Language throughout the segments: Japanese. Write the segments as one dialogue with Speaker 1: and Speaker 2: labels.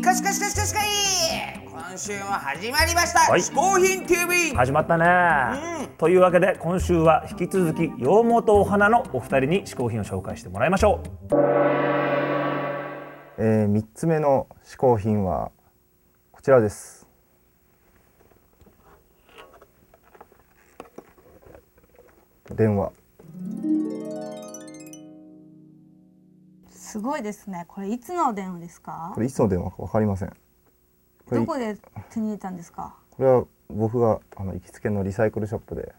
Speaker 1: かしかしかしかい今週も始まりました、
Speaker 2: はい
Speaker 1: 嗜好品 TV、
Speaker 2: 始まったね、というわけで今週は引き続き羊毛とお花のお二人に嗜好品を紹介してもらいましょう
Speaker 3: えー、3つ目の嗜好品はこちらです電話
Speaker 4: すごいですね。これいつのお電話ですか
Speaker 3: こ。れいつの電話か分かりませんこれ
Speaker 4: どこで手に入れたんですか。
Speaker 3: これは僕があの行きつけのリサイクルショップで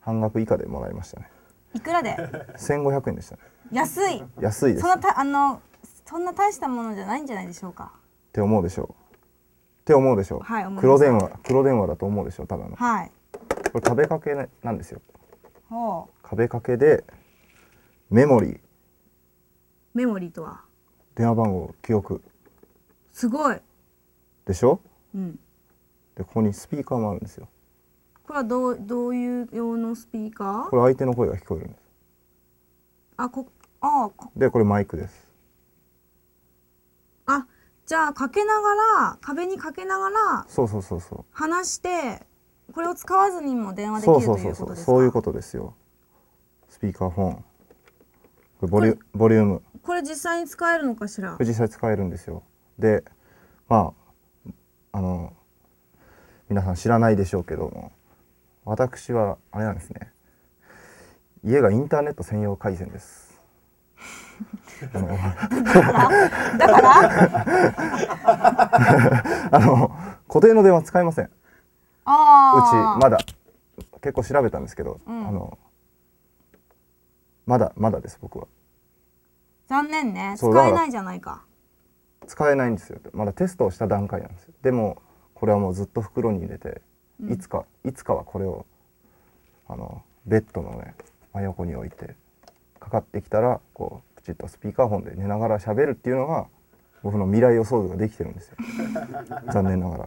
Speaker 3: 半額以下でもらいましたね
Speaker 4: いくらで。
Speaker 3: 1500円でしたね
Speaker 4: 安い。
Speaker 3: 安いです
Speaker 4: そん
Speaker 3: ね
Speaker 4: な
Speaker 3: った
Speaker 4: あのそんな大したものじゃないんじゃないでしょうか。
Speaker 3: て思うでしょうって思うでしょう、
Speaker 4: はい思います
Speaker 3: 黒電話黒電話だと思うでしょうただのこ
Speaker 4: はい。
Speaker 3: れ壁掛けなんですよ
Speaker 4: ほ
Speaker 3: 壁掛けでメモリー
Speaker 4: う。メモリーとは。
Speaker 3: 電話番号記憶
Speaker 4: すごい。
Speaker 3: でしょ
Speaker 4: うん。
Speaker 3: でここにスピーカーもあるんですよ
Speaker 4: これはどうどういう用のスピーカ
Speaker 3: こ
Speaker 4: ー？
Speaker 3: れ相手の声が聞こえるんです
Speaker 4: あこあこ
Speaker 3: でこれマイクです
Speaker 4: あじゃあかけながら壁にかけながら
Speaker 3: そうそうそうそう
Speaker 4: 話してこれを使わずにも電話でき
Speaker 3: そ
Speaker 4: る
Speaker 3: うそう
Speaker 4: とい
Speaker 3: そう
Speaker 4: う
Speaker 3: そう
Speaker 4: ことですか。
Speaker 3: そういうことですよスピーカーフォンこれボリュボリューム
Speaker 4: これ実際に使えるのかしら
Speaker 3: こ。れ実際使えるんですよでまああの皆さん知らないでしょうけども私はあれなんですね家がインターネット専用回線です
Speaker 4: だから。
Speaker 3: あの固定の電話使いませんうち
Speaker 4: ああ。
Speaker 3: まだ結構調べたんですけど、
Speaker 4: うん
Speaker 3: あのまだまだです僕は
Speaker 4: 残念ね使
Speaker 3: そうだから
Speaker 4: えないじゃないか
Speaker 3: 使えないんですよまだテストをした段階なんですよでもこれはもうずっと袋に入れて、いつかいつかはこれをあのベッドのね真横に置いてかかってきたらこうプチッとスピーカーフォンで寝ながら喋るっていうのが僕の未来予想図ができてるん ですよ残念ながら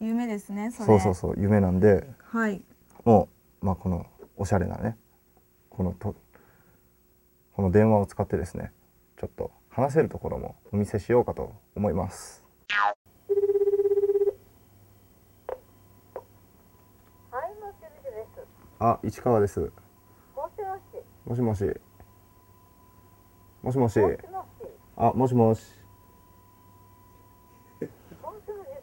Speaker 4: 夢ですねそれ
Speaker 3: そうそうそう夢なんで
Speaker 4: はい
Speaker 3: もう、まあ、このおしゃれなねこのとこの電話を使ってですねちょっと話せるところもお見せしようかと思います
Speaker 5: はい、もしもしで
Speaker 3: あ
Speaker 5: す。
Speaker 3: 市川です
Speaker 5: もしもし。
Speaker 3: もしもしもしもし
Speaker 5: もしもし。
Speaker 3: あもしもし
Speaker 5: もしもし、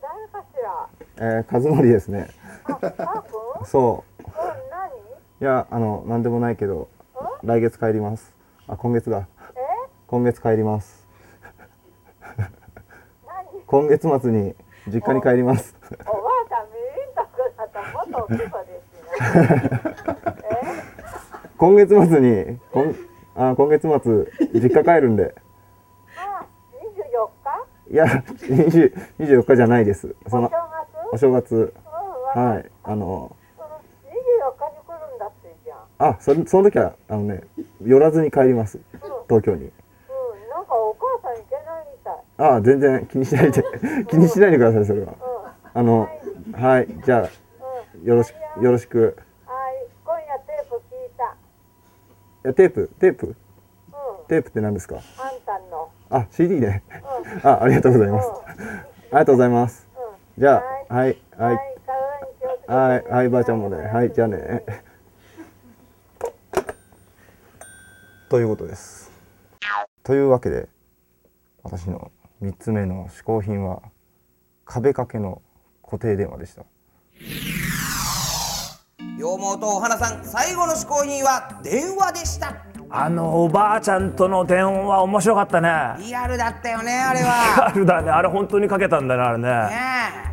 Speaker 5: 誰かしら。
Speaker 3: えー、和則ですね
Speaker 5: あ、パー君。
Speaker 3: そ
Speaker 5: うん、何。
Speaker 3: ういやあの何でもないけど来月帰りますあ今月だ
Speaker 5: え、
Speaker 3: 今月帰ります
Speaker 5: 何。
Speaker 3: 今月末に実家に帰ります
Speaker 5: おばあちゃん、みりんたくだと、もっと大きい子ですね。
Speaker 3: 今月末にこんあ今月末実家帰るんで
Speaker 5: あ、二十四日。
Speaker 3: いや20 24日じゃないですそ
Speaker 5: お
Speaker 3: の
Speaker 5: 正
Speaker 3: お
Speaker 5: 月。
Speaker 3: 正月
Speaker 5: うん、わか
Speaker 3: は
Speaker 5: る。
Speaker 3: いあの
Speaker 5: その、二十四日に来るんだってじゃん。
Speaker 3: あそその時はあのね寄らずに帰ります東京に
Speaker 5: うん、なんかお母さんいけないみたい。
Speaker 3: ああ全然気にしないで 気にしないでくださいそれは
Speaker 5: うん。
Speaker 3: あのはいじゃあ
Speaker 5: うん。
Speaker 3: よろしくよろしく
Speaker 5: はい、今夜テープ聞いた。
Speaker 3: いやテープテープ
Speaker 5: うん。
Speaker 3: テープって何ですか
Speaker 5: あんたの。
Speaker 3: あ CD ね
Speaker 5: う
Speaker 3: あありがとうござい
Speaker 5: ん。う
Speaker 3: ます
Speaker 5: ん。
Speaker 3: ありがとうございます
Speaker 5: うん。
Speaker 3: じゃあはいはい
Speaker 5: はい、体に気をつけてね
Speaker 3: はいはいばあちゃんもねはいじゃあねということですというわけで私の3つ目の嗜好品は壁掛けの固定電話でした
Speaker 1: 羊毛とお花さん最後の嗜好品は電話でした
Speaker 2: あのおばあちゃんとの電話面白かったね
Speaker 1: リアルだったよねあれ
Speaker 2: リ
Speaker 1: は
Speaker 2: アルだねあれ本当にかけたんだなあれね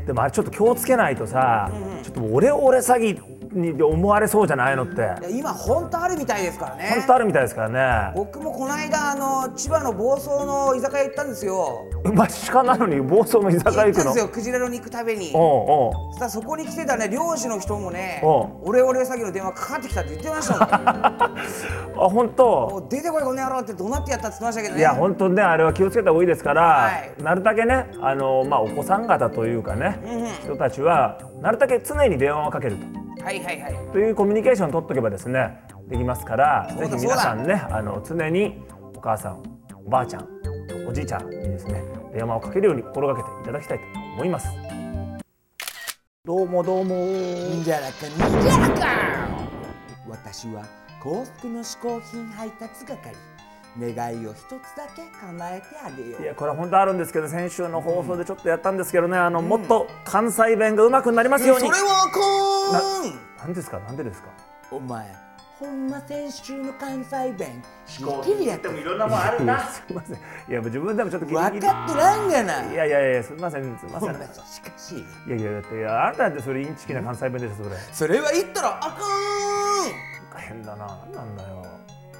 Speaker 1: ね
Speaker 2: でもあれちょっと気をつけないとさちょっとオレオレ詐欺に思われそうじゃないのって
Speaker 1: えいや今本当あるみたいですからね
Speaker 2: 本当あるみたいですからね
Speaker 1: 僕もこの間あの千葉の房総の居酒屋行ったんですよ
Speaker 2: 馬鹿なのに暴走の居酒屋
Speaker 1: 行
Speaker 2: 行く
Speaker 1: ったんで
Speaker 2: の
Speaker 1: すよクジラの肉食べに
Speaker 2: おうおう
Speaker 1: そしたらそこに来てたね漁師の人もね
Speaker 2: お
Speaker 1: オレオレ詐欺の電話かかってきたって言ってました もん
Speaker 2: あ本当
Speaker 1: もう出てこいこの野郎って怒鳴ってやったって言ってましたけどね
Speaker 2: いや本当にねあれは気をつけた方がいいですから、
Speaker 1: はい
Speaker 2: なるだけねあの、まあ、お子さん方というかね、
Speaker 1: んうん
Speaker 2: 人たちはなるだけ常に電話をかける
Speaker 1: はいはいはい
Speaker 2: とというコミュニケーションを取っておけばですねできますから
Speaker 1: そう
Speaker 2: ぜ
Speaker 1: だ
Speaker 2: ひ皆さんねあの常にお母さんおばあちゃんおじいちゃんにですね電話をかけるように心がけていただきたいと思います
Speaker 6: どうもどうも
Speaker 1: んじゃらかにんじゃらか私は幸福の嗜好品配達係願いを一つだけ叶えてあげよ
Speaker 2: いうやこれ本当あるんですけど先週の放送でちょっとやったんですけどねあの、もっと関西弁がうまくなりますように、
Speaker 1: はあか
Speaker 2: なんですかなんでですか
Speaker 1: んお前ほんま先週の関西弁ひっきりやった分
Speaker 2: ろんなもんあるな すいませんいやもう自分でもちょっとギリ
Speaker 1: かっ
Speaker 2: ギ
Speaker 1: て
Speaker 2: リ
Speaker 1: らんがない
Speaker 2: やいやいやすいませんすいませ
Speaker 1: ほ
Speaker 2: ん
Speaker 1: んましかし
Speaker 2: いやいやだっていやあなただってそれインチキな関西弁ですそれなん
Speaker 1: それは言ったらあか
Speaker 2: か変だななんなんだよ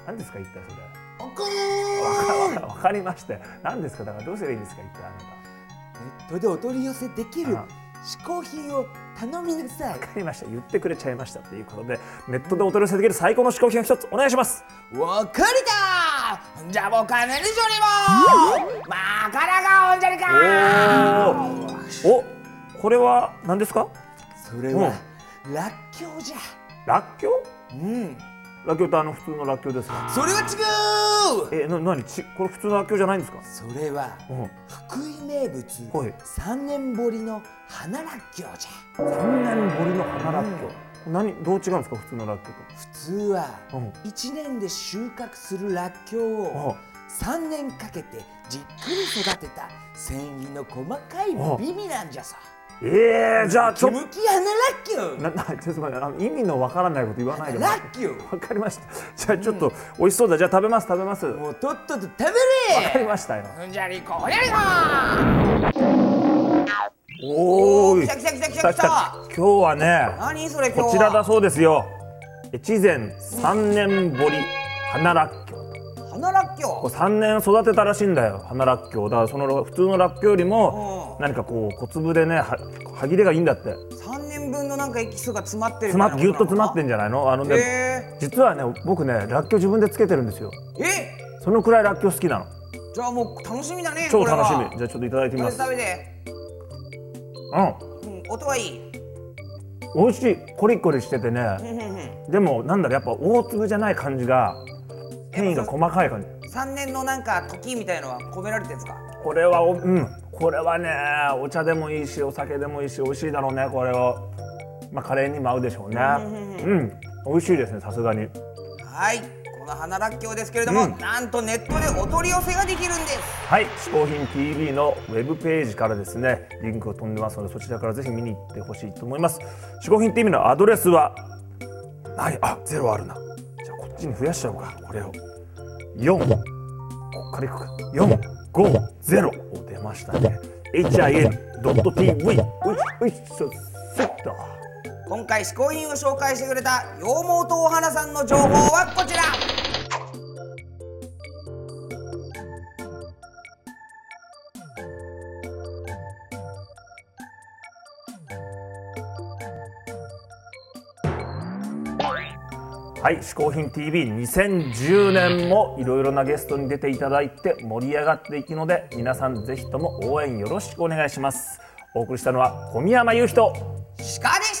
Speaker 2: 何ですか一体それ
Speaker 1: ーんあかーん
Speaker 2: わかわかりましたよ何ですかだからどうすればいいんですか一体あな
Speaker 1: ネットでお取り寄せできる
Speaker 2: あ
Speaker 1: 嗜好品を頼みなさい
Speaker 2: たわかりました言ってくれちゃいましたということでネットでお取り寄せできる最高の嗜好品を一つお願いします
Speaker 1: わかりたーじゃあ僕は何しよりもまあからがおんじゃりか
Speaker 2: おーおこれは何ですか
Speaker 1: それはらっきょうじゃ
Speaker 2: らっきょう
Speaker 1: うん
Speaker 2: らっきょうってあの普通のらっきょうですか
Speaker 1: それは違う
Speaker 2: えな何ちこれ普通のらっきょうじゃないんですか
Speaker 1: それは
Speaker 2: うん
Speaker 1: 福井名物
Speaker 2: はい
Speaker 1: 三年掘りの花らっきょうじゃ
Speaker 2: 三年森の花らっきょう何どう違うんですか普通のらっきょう
Speaker 1: 普通は
Speaker 2: うん
Speaker 1: 一年で収穫するらっきょうを
Speaker 2: あ
Speaker 1: 三年かけてじっくり育てた繊維の細かいビビなんじゃさ
Speaker 2: とえー、じゃあち
Speaker 1: キ
Speaker 2: ょっ
Speaker 1: ムキ花らっきょ う
Speaker 2: ななちょっと待ってあの意味のわからないこと言わないでもら
Speaker 1: ら
Speaker 2: って
Speaker 1: っきょう
Speaker 2: わかりました。 じゃあちょっと美味しそうだ。じゃあ食べます食べます。わ
Speaker 1: もうとっとと食べれ
Speaker 2: かりましたよ。
Speaker 1: うんじゃりこほにゃりか
Speaker 2: おーい。
Speaker 1: 来た来た来た来た来た
Speaker 2: 今日はね、
Speaker 1: 何それ今日は
Speaker 2: こちらだそうですよ。越前三年堀花らっきょう。
Speaker 1: 花らっきょ
Speaker 2: こう三年育てたらしいんだよ。花らっきょう。だからその普通のらっきょうよりも
Speaker 1: う
Speaker 2: 何かこう小粒でねは歯切れがいいんだって。
Speaker 1: う三年分のなんかエキスが詰まってる
Speaker 2: 詰
Speaker 1: みたい
Speaker 2: ま
Speaker 1: な
Speaker 2: っ
Speaker 1: こ
Speaker 2: ぎゅっと詰
Speaker 1: なの
Speaker 2: まってんじゃないの？あのね。
Speaker 1: へ
Speaker 2: 実はね僕ねらっきょう自分でつけてるんですよ。
Speaker 1: ええ
Speaker 2: そのくらいらっきょう好きなの。
Speaker 1: じゃあもう楽しみだね
Speaker 2: 超
Speaker 1: これは
Speaker 2: 楽しみ。じゃあちょっといただいてみます。
Speaker 1: 食べて
Speaker 2: うん。
Speaker 1: 食べて、うん、音はいい
Speaker 2: 美味しいコリコリしてて
Speaker 1: う
Speaker 2: ね
Speaker 1: んうんうん
Speaker 2: でもなんだろうやっぱ大粒じゃない感じが変異が細かい感じ
Speaker 1: 三年のなんか時みたいのは込められてるんですか
Speaker 2: これはおうんこれはねお茶でもいいしお酒でもいいし美味しいだろうねこれをまあカレーにも合うでしょうねうん美味しいですねさすがに
Speaker 1: はいこの花らっきょうですけれども、
Speaker 2: うん
Speaker 1: なんとネットでお取り寄せができるんです
Speaker 2: はい嗜好品 TV のウェブページからですねリンクを飛んでますのでそちらからぜひ見に行ってほしいと思います嗜好品 TV のアドレスはないあゼロあるなじゃあこっちに増やしちゃおうかこれを4こっからいくか450お出ましたね hin.tv ういういそそっと
Speaker 1: 今回試行品を紹介してくれた羊毛とお花さんの情報はこちら
Speaker 2: はい「嗜好品 TV2010 年」もいろいろなゲストに出ていただいて盛り上がっていくので皆さんぜひとも応援よろしくお願いしますお送りしたのは小宮山雄人
Speaker 1: 鹿でした